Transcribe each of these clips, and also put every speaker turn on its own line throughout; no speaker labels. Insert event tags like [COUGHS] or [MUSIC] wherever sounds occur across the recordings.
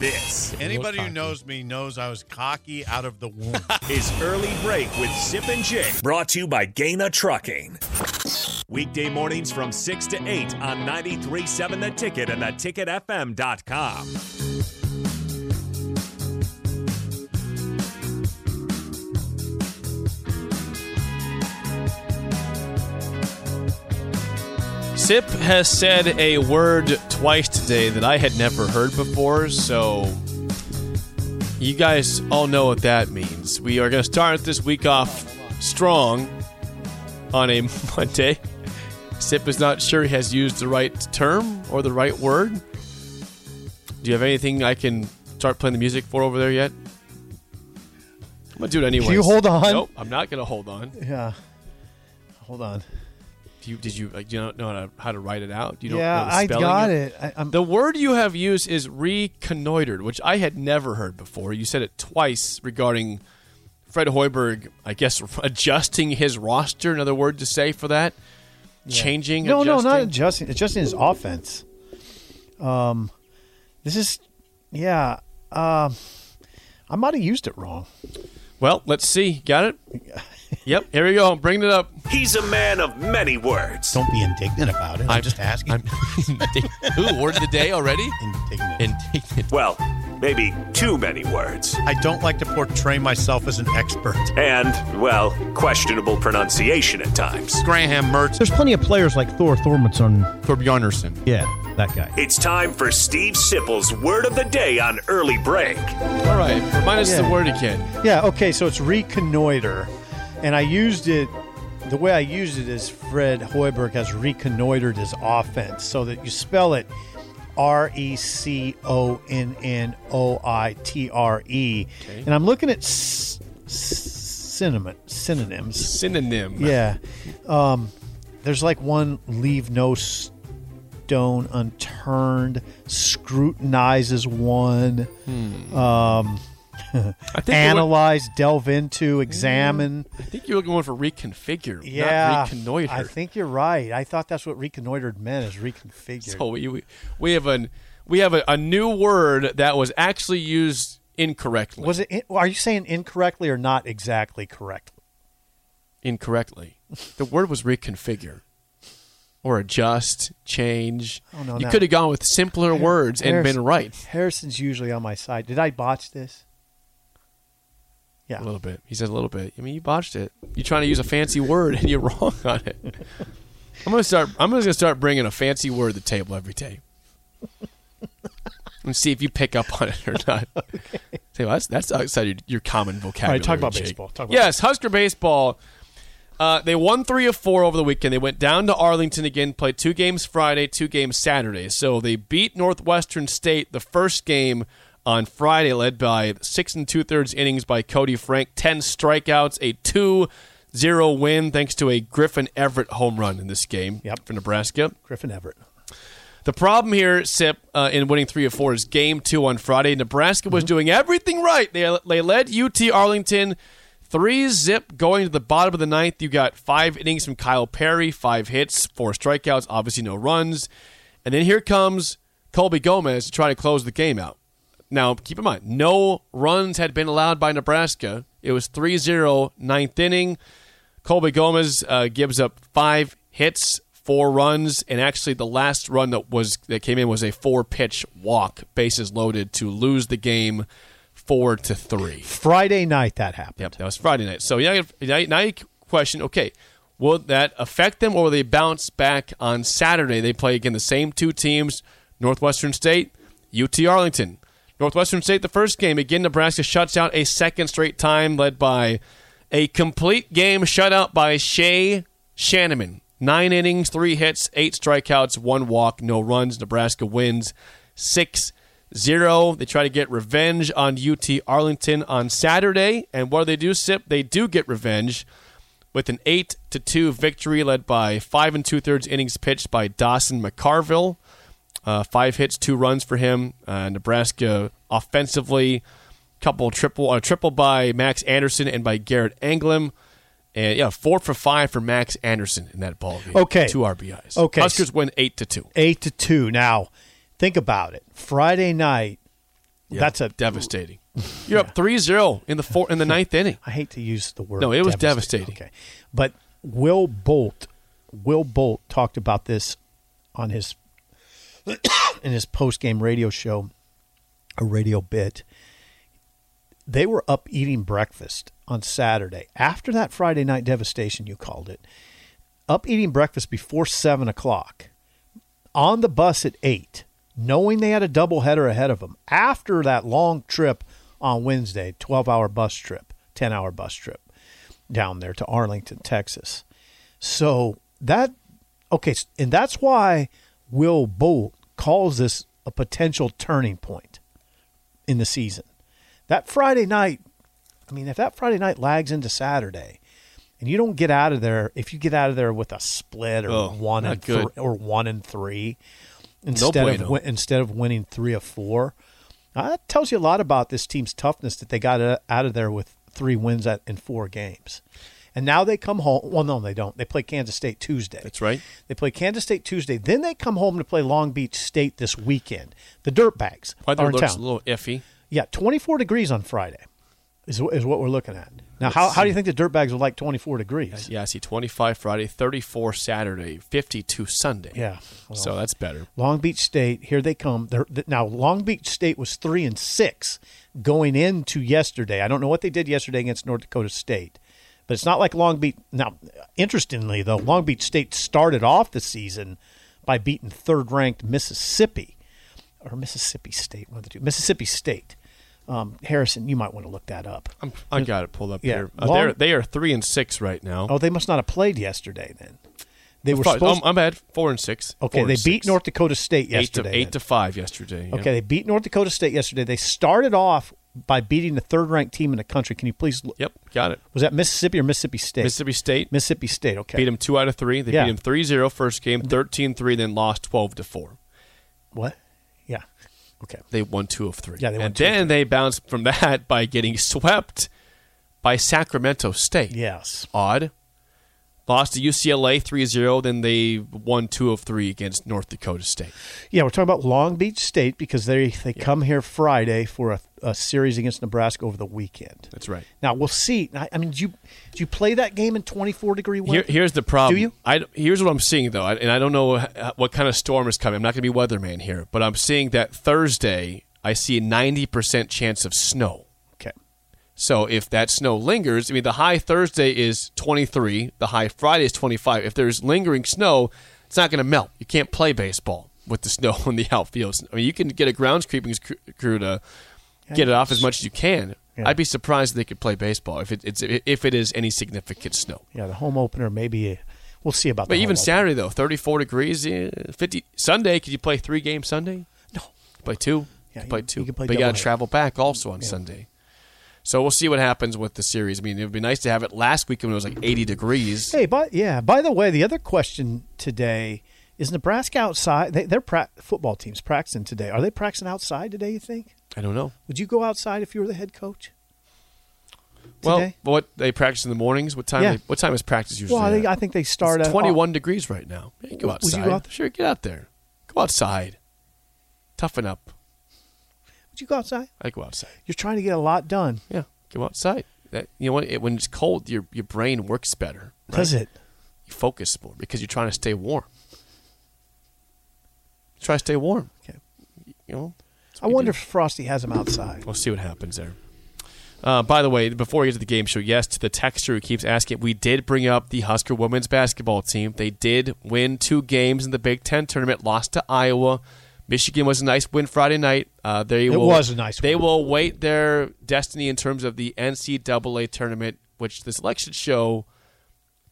This
Anybody who knows me knows I was cocky out of the womb.
is Early Break with Sip and Jake, brought to you by Gaina Trucking. Weekday mornings from 6 to 8 on 93.7 The Ticket and theticketfm.com.
Sip has said a word twice today that I had never heard before, so you guys all know what that means. We are going to start this week off strong on a [LAUGHS] Monday. Sip is not sure he has used the right term or the right word. Do you have anything I can start playing the music for over there yet? I'm going to do it anyway.
you hold on?
Nope, I'm not going to hold on.
yeah. Hold on.
Do you, did you, like, do you not know how to, how to write it out? Do you
yeah,
know the
I
spelling
got
of-
it. I, I'm,
The word you have used is reconnoitered, which I had never heard before. You said it twice regarding Fred Hoiberg, I guess, [LAUGHS] adjusting his roster. Another word to say for that? Changing?
no, [LAUGHS] no,
adjusting?
not adjusting. Adjusting his offense. Um, this is, yeah. Um, I might have used it wrong.
Well, let's see.
[LAUGHS]
Got it? yep, here we go. I'm bringing it up.
He's a man of many words.
Don't be indignant about it. I'm, [LAUGHS] just asking.
I'm, ooh, word of the day already?
indignant.
Indignant.
Well, maybe too many words.
I don't like to portray myself as an expert.
And, well, questionable pronunciation at times.
Graham Mertz. There's plenty of players like Thor Thormundson.
Thor Bjarnason.
Yeah, that guy.
It's time for Steve Sipple's Word of the Day on Early Break.
All right, remind us
Yeah.
the word again.
Yeah, okay, so it's reconnoiter. And I used it, the way I used it is Fred Hoiberg has reconnoitered his offense so that you spell it R E C O N N O I T R E. And I'm looking at s- s- cinnamon, synonyms.
Synonym.
Yeah. Um, there's like one leave no stone unturned, scrutinizes one,
I think the word-
analyze, delve into, examine.
I think you were going for reconfigure,
Yeah.
not reconnoiter.
I think you're right. I thought that's what reconnoitered meant is reconfigured.
So we, we- we have an we have a, a new word that was actually used incorrectly.
was it? in- Are you saying incorrectly or not exactly correctly?
incorrectly? The word was reconfigure, or adjust, change.
Oh, no,
you
no.
could have gone with simpler words and
Harris-
been right
Harrison's usually on my side. Did I botch this? Yeah.
a little bit. He said a little bit. I mean, you botched it. You're trying to use a fancy word and [LAUGHS] you're wrong on it. I'm gonna start. I'm just gonna start bringing a fancy word to the table every day, and see if you pick up on it or
[LAUGHS]
not. Say, well, that's that's outside your, your common
All
vocabulary.
right, talk about
Jake.
baseball. Talk about
yes, Husker baseball. Uh, they won three of four over the weekend. They went down to Arlington again, played two games Friday, two games Saturday. So they beat Northwestern State the first game on Friday, led by six and two thirds innings by Cody Frank, 10 strikeouts, a 2 0 win, thanks to a Griffin Everett home run in this game
Yep.
for Nebraska.
Griffin Everett.
The problem here, Sip, uh, in winning three of four is game two on Friday. Nebraska was doing everything right. They, they led UT Arlington three zip going to the bottom of the ninth. You got five innings from Kyle Perry, five hits, four strikeouts, obviously no runs. And then here comes Colby Gomez to try to close the game out. Now, keep in mind, no runs had been allowed by Nebraska. It was 3 0, ninth inning. Colby Gomez uh, gives up five hits, four runs, and actually the last run that was that came in was a four pitch walk, bases loaded, to lose the game four to three.
Friday night that happened.
Yep, that was Friday night. So yeah, now, now you question, okay, will that affect them, or will they bounce back on Saturday? They play again the same two teams, Northwestern State, UT Arlington. Northwestern State, the first game again, Nebraska shuts out a second straight time, led by a complete game shutout by Shea Shanneman. Nine innings, three hits, eight strikeouts, one walk, no runs. Nebraska wins six zero. They try to get revenge on UT Arlington on Saturday, and what do they do? Sip, they do get revenge with an eight to two victory, led by five and two thirds innings pitched by Dawson McCarville. Uh, five hits, two runs for him. Uh, Nebraska offensively, couple triple, uh, triple by Max Anderson and by Garrett Anglem. And yeah, four for five for Max Anderson in that ball game.
Okay.
two RBIs.
Okay.
Huskers win eight to two.
Eight to two. Now, think about it. Friday night.
Yeah,
That's a. [LAUGHS]
devastating. You're up 3-0 in the four in the ninth inning.
I hate to use the word.
No, it was devastating.
Okay, but Will Bolt, Will Bolt talked about this on his [COUGHS] in his post game radio show, a radio bit. They were up eating breakfast on Saturday after that Friday night devastation. You called it up eating breakfast before seven o'clock on the bus at eight, knowing they had a doubleheader ahead of them after that long trip on Wednesday, 12 hour bus trip, 10 hour bus trip down there to Arlington, Texas. So that, okay, s- and that's why Will Bolt calls this a potential turning point in the season. That Friday night, I mean, if that Friday night lags into Saturday, and you don't get out of there, if you get out of there with a split or
Oh,
one
not
and three,
good.
or one and three instead
bueno.
of win- instead of winning three of four. Uh, that tells you a lot about this team's toughness that they got uh, out of there with three wins at, in four games, and now they come home. Well, no, they don't. They play Kansas State Tuesday.
That's right.
They play Kansas State Tuesday. Then they come home to play Long Beach State this weekend. The Dirtbags
Weather
are in
looks
town.
a little iffy.
yeah, 24 degrees on Friday is, wh- is what we're looking at. Now, how, how do you think the Dirtbags will like 24 degrees?
Yeah, I see 25 Friday, 34 Saturday, 52 Sunday.
Yeah. well.
So that's better.
Long Beach State, here they come. They're, th- now, Long Beach State was three and six going into yesterday. I don't know what they did yesterday against North Dakota State, but it's not like Long Beach. Now, interestingly, though, Long Beach State started off the season by beating third ranked Mississippi or Mississippi State, one of the two. Mississippi State. Um, Harrison, you might want to look that up.
I'm, I got it pulled up
Yeah.
here. Uh,
Long-
they're, they are 3 and 6 right now.
Oh, they must not have played yesterday then. They were
Probably-
supposed.
I'm, I'm bad. 4 and 6.
okay,
Four
they
and
beat
six.
North Dakota State
8 to
yesterday.
8
then.
to 5 yesterday. yeah.
Okay, they beat North Dakota State yesterday. They started off by beating the third-ranked team in the country. Can you please? Look?
Yep, got it.
Was that Mississippi or Mississippi State?
Mississippi State
Mississippi State. Okay.
beat them 2 out of 3. They
Yeah. Mm-hmm.
beat them 3-0 first game, 13-3 then lost 12 to 4.
What? Yeah. Okay.
They won 2 of 3.
Yeah, they won
and
two of
then they bounced from that [LAUGHS] by getting swept by Sacramento State.
Yes.
odd. Lost to UCLA 3 0, then they won two of three against North Dakota State.
Yeah, we're talking about Long Beach State because they they come here Friday for a, a series against Nebraska over the weekend.
That's right.
Now we'll see. I, I mean, do you do you play that game in 24 degree weather?
Here, here's the problem.
Do you?
I, here's what I'm seeing, though, I- and I don't know h- what kind of storm is coming. I'm not going to be weatherman here, but I'm seeing that Thursday, I see a 90% chance of snow.
okay.
So if that snow lingers, I mean, the high Thursday is 23, the high Friday is 25. If there's lingering snow, it's not going to melt. You can't play baseball with the [LAUGHS] snow in the outfields. I mean, you can get a grounds creeping cr- crew to get it off as much as you can.
Yeah.
I'd be surprised if they could play baseball if it, it's if it is any significant snow.
Yeah, the home opener maybe. uh, We'll see about.
But
the
even
home
Saturday though, 34 degrees, eh, 50 Sunday. Could you play three games Sunday?
No.
play two.
Yeah,
You play
you-
two.
you can play
but you got
doubleheader.
to travel back also on Sunday. So we'll see what happens with the series. I mean, it would be nice to have it last week when it was like 80 degrees.
Hey, but yeah. By the way, the other question today is Nebraska outside. They, their pra- football team's practicing today. Are they practicing outside today? You think?
I don't know.
Would you go outside if you were the head coach?
Well,
Today?
what they practice in the mornings? What time?
Yeah.
They, what time is practice usually?
Well, I think,
at?
I think they start
it's
at
21 degrees right now. Yeah, you go
Would you
outside.
go out there?
Sure, get out there. Go outside. Toughen up.
Would you go outside?
I go outside.
You're trying to get a lot done.
Yeah, go outside. That, you know what? It, when it's cold, your your brain works better. right?
Does it?
You focus more because you're trying to stay warm. Try to stay warm. Okay. You know,
I wonder if Frosty has them outside.
We'll see what happens there. Uh, by the way, before we get to the game show, yes, to the texture who keeps asking, we did bring up the Husker women's basketball team. They did win two games in the Big Ten tournament, lost to Iowa. Michigan was a nice win Friday night. Uh, they
It
will,
was a nice
They
win.
will await their destiny in terms of the NCAA tournament, which the selection show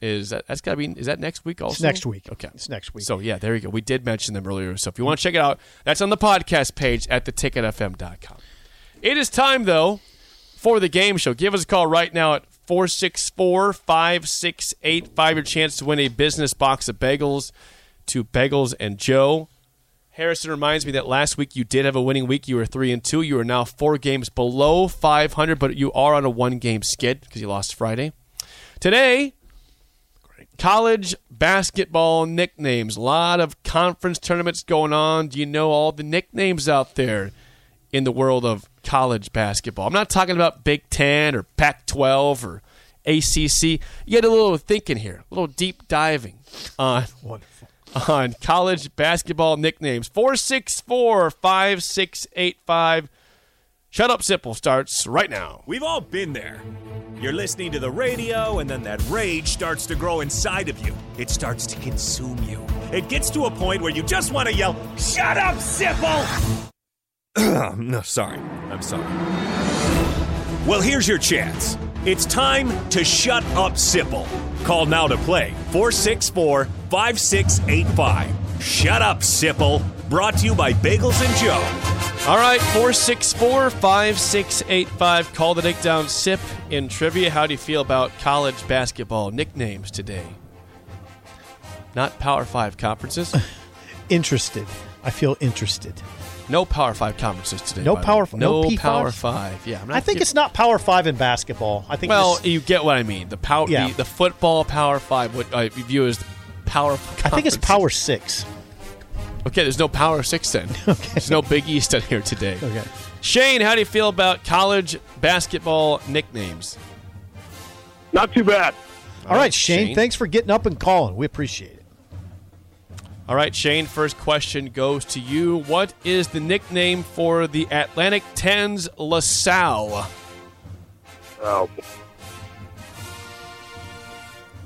is that, that's got to be is that next week also?
next week.
Okay,
It's next week.
So yeah, there you go. We did mention them earlier. So if you want to check it out, that's on the podcast page at theticketfm.com. It is time, though, for the game show. Give us a call right now at 464 5685. Your chance to win a business box of bagels to Bagels and Joe. Harrison reminds me that last week you did have a winning week. You were 3 and 2. You are now four games below 500, but you are on a one game skid because you lost Friday. Today, college basketball nicknames. A lot of conference tournaments going on. Do you know all the nicknames out there in the world of college basketball? I'm not talking about Big Ten or Pac 12 or ACC. You get a little thinking here, a little deep diving on
Wonderful.
on college basketball nicknames. 464 5685. Shut Up Simple starts right now.
We've all been there. You're listening to the radio, and then that rage starts to grow inside of you. It starts to consume you. It gets to a point where you just want to yell, Shut up, Sipple! [CLEARS THROAT] no, sorry. I'm sorry. Well, here's your chance. It's time to shut up, Sipple. Call now to play 464 5685. Shut up, Sipple. Brought to you by Bagels and Joe.
All right, 464 5685. Call the Nick Down Sip in trivia. How do you feel about college basketball nicknames today? Not Power
[LAUGHS]
5 conferences.
Interested. I feel interested.
No Power 5 conferences today.
No
by the
Power
way.
Fi-
No,
no P5?
Power 5. Yeah. I'm not
I think
giving-
it's not Power Five in basketball. I think
Well,
it's-
you get what I mean. The power,
Yeah.
the, the football power five, what I view as the power.
I think it's
conferences.
Power Six.
Okay, there's no power
[LAUGHS]
six then. There's no Big East on here today.
Okay.
Shane, how do you feel about college basketball nicknames?
Not too bad.
All right, Shane,
Shane.
Thanks for getting up and calling. We appreciate it.
All right, Shane, first question goes to you. What is the nickname for the Atlantic 10's LaSalle?
Oh,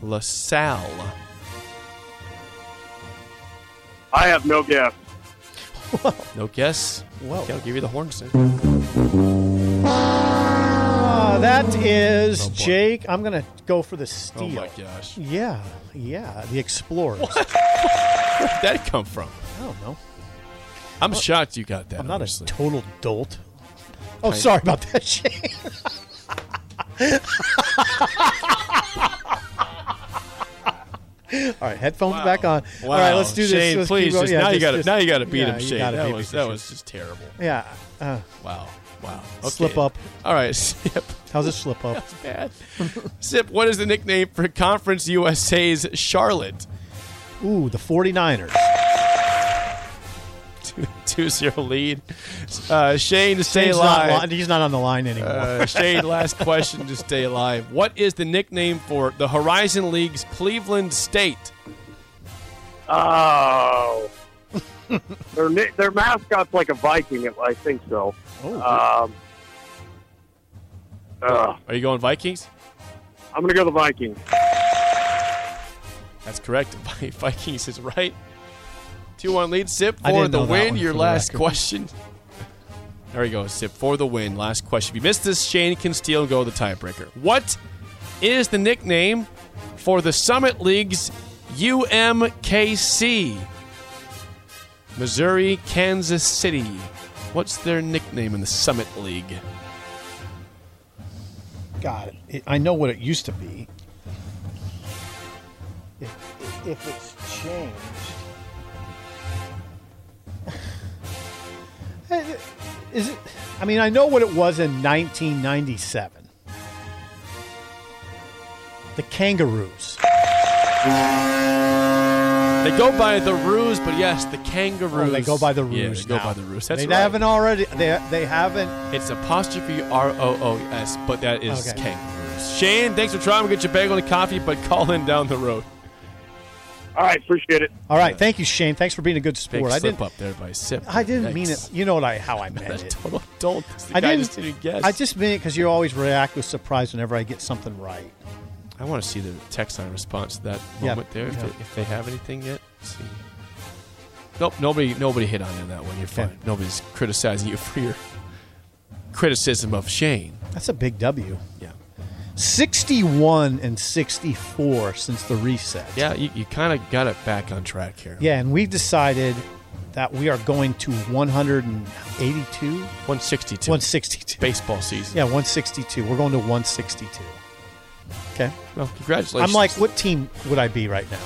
LaSalle.
I have no guess.
No guess?
Whoa.
Okay, I'll give you the horns then.
Uh, that is
Oh, boy.
Jake. I'm gonna go for the
Oh
steal.
my gosh.
Yeah, yeah. The Explorers.
Where did that come from?
I don't know.
I'm shocked you got that.
I'm not
honestly.
a total dolt. Oh, sorry about that, [LAUGHS] Shane. All right, headphones back on.
Wow.
[LAUGHS] All right, let's do this.
Shane,
Let's keep
please,
going.
just,
Yeah,
now you
just-
got to
just-
now you got to beat
yeah,
him,
you
Shane.
gotta
That
beat me
was
for
that
sure.
was just terrible.
Yeah. Uh,
Wow, wow.
Slip up.
All right, [LAUGHS] Sip.
how's it slip up?
Bad. Sip. What is the nickname for Conference USA's Charlotte?
Ooh, the 49ers.
Two- [LAUGHS] 2-0 lead. Uh, Shane, stay
Shane's not
alive.
li- he's not on the line anymore.
Uh, Shane, last question to stay alive. What is the nickname for the Horizon League's Cleveland State?
Oh, [LAUGHS] their ni- their mascot's like a Viking. I think so.
oh,
Um, ugh,
Are you going Vikings?
I'm gonna go the Vikings.
That's correct. [LAUGHS] Vi- Vikings is right. 2 1 lead. Sip
I
for
didn't
the
know that
win.
one,
Your
for the
last
record.
question. There you go. Sip for the win. Last question. If you missed this, Shane can steal and go the tiebreaker. What is the nickname for the Summit League's UMKC? Missouri, Kansas City. What's their nickname in the Summit League?
God, it, I know what it used to be. If, if it's changed, [LAUGHS] is it? I mean, I know what it was in 1997. The Kangaroos.
They go by the Roos, but yes, the Kangaroos.
Oh, they go by the
Yeah,
Roos.
they go
now.
by the Roos. That's
they
right.
haven't already. They, they haven't.
It's apostrophe R O O S, but that is
Okay.
kangaroos. Shane, thanks for trying. We'll get you a bagel and a coffee, but call in down the road.
All right, appreciate it.
All right, thank you, Shane. Thanks for being a good
Big
sport. I
slip
didn't.
up there by sip.
I didn't mean
Yikes.
it. You know what I
[LAUGHS]
how I meant it.
Total adult. The
I
guy
didn't.
just didn't guess.
I just meant it because you always react with surprise whenever I get something right.
I want to see the text line response to that
Yeah,
moment there. If,
yeah.
they, if they have anything yet, Let's see. Nope, nobody, nobody hit on you on that one. You're
Okay.
fine. Nobody's criticizing you [LAUGHS] for your criticism of Shane.
That's a big W.
Yeah,
61 and 64 since the reset.
yeah. You, you kind of got it back on track here.
Yeah, and we've decided that we are going to 182,
162.
162.
Baseball season.
Yeah, 162. We're going to 162. Okay.
Well, congratulations.
I'm like, what team would I be right now?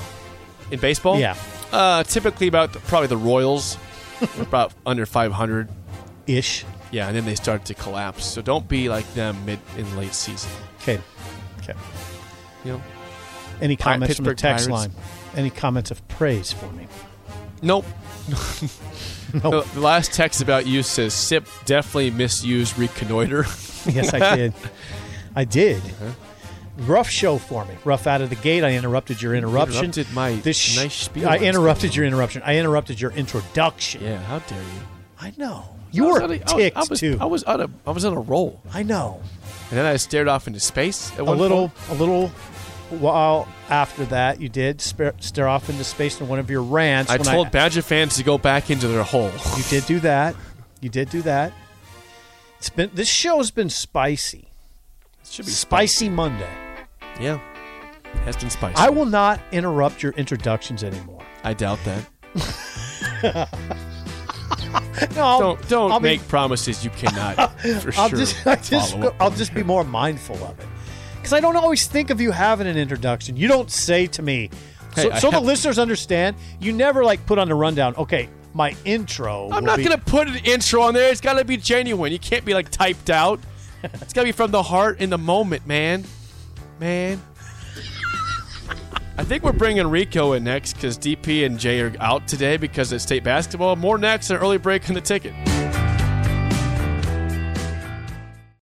in baseball.
Yeah.
Uh, typically about the, probably the Royals, about [LAUGHS] under 500.
Ish.
Yeah, and then they start to collapse. So don't be like them mid and late season.
Okay. Okay.
You know.
Any
Pi-
comments from the
Pittsburgh
text
Pirates.
line? Any comments of praise for me?
Nope. [LAUGHS]
No.
The, the last text about you says SIP definitely misused reconnoiter. [LAUGHS]
[LAUGHS] yes, I did. I did.
Uh-huh.
Rough show for me. Rough out of the gate. I interrupted your interruption.
interrupted my
sh-
nice spiel
I
last
interrupted
time.
your interruption. I interrupted your introduction.
yeah, how dare you?
I know. You were
I was on a- I was-
ticked
I was,
too.
I was on a I was on a roll,
I know.
and then I stared off into space. At
A little, a little while after that, you did spare, stare off into space in one of your rants.
I
[LAUGHS] when
told Badger fans to go back into their hole. [LAUGHS]
you did do that. You did do that. It's been this show's been spicy.
Should be
Spicy Monday.
spicy. Yeah, it has been spicy.
I will not interrupt your introductions anymore.
I doubt that.
No, I'll-
Don't don't
I'll be-
make promises you [LAUGHS] cannot. For
I'll
sure,
just, [LAUGHS] I just,
follow up
I'll
on.
just be more mindful of it because I don't always think of you having an introduction. You don't say to me,
Hey,
so,
I
so the
have-
listeners understand. You never like put on the rundown. Okay, my intro.
I'm
will
not
be-"
gonna put an intro on there. It's gotta be genuine. You can't be like typed out. It's gotta be from the heart in the moment, man. Man. I think we're bringing Rico in next because DP and Jay are out today because of state basketball. More next and early break on the ticket.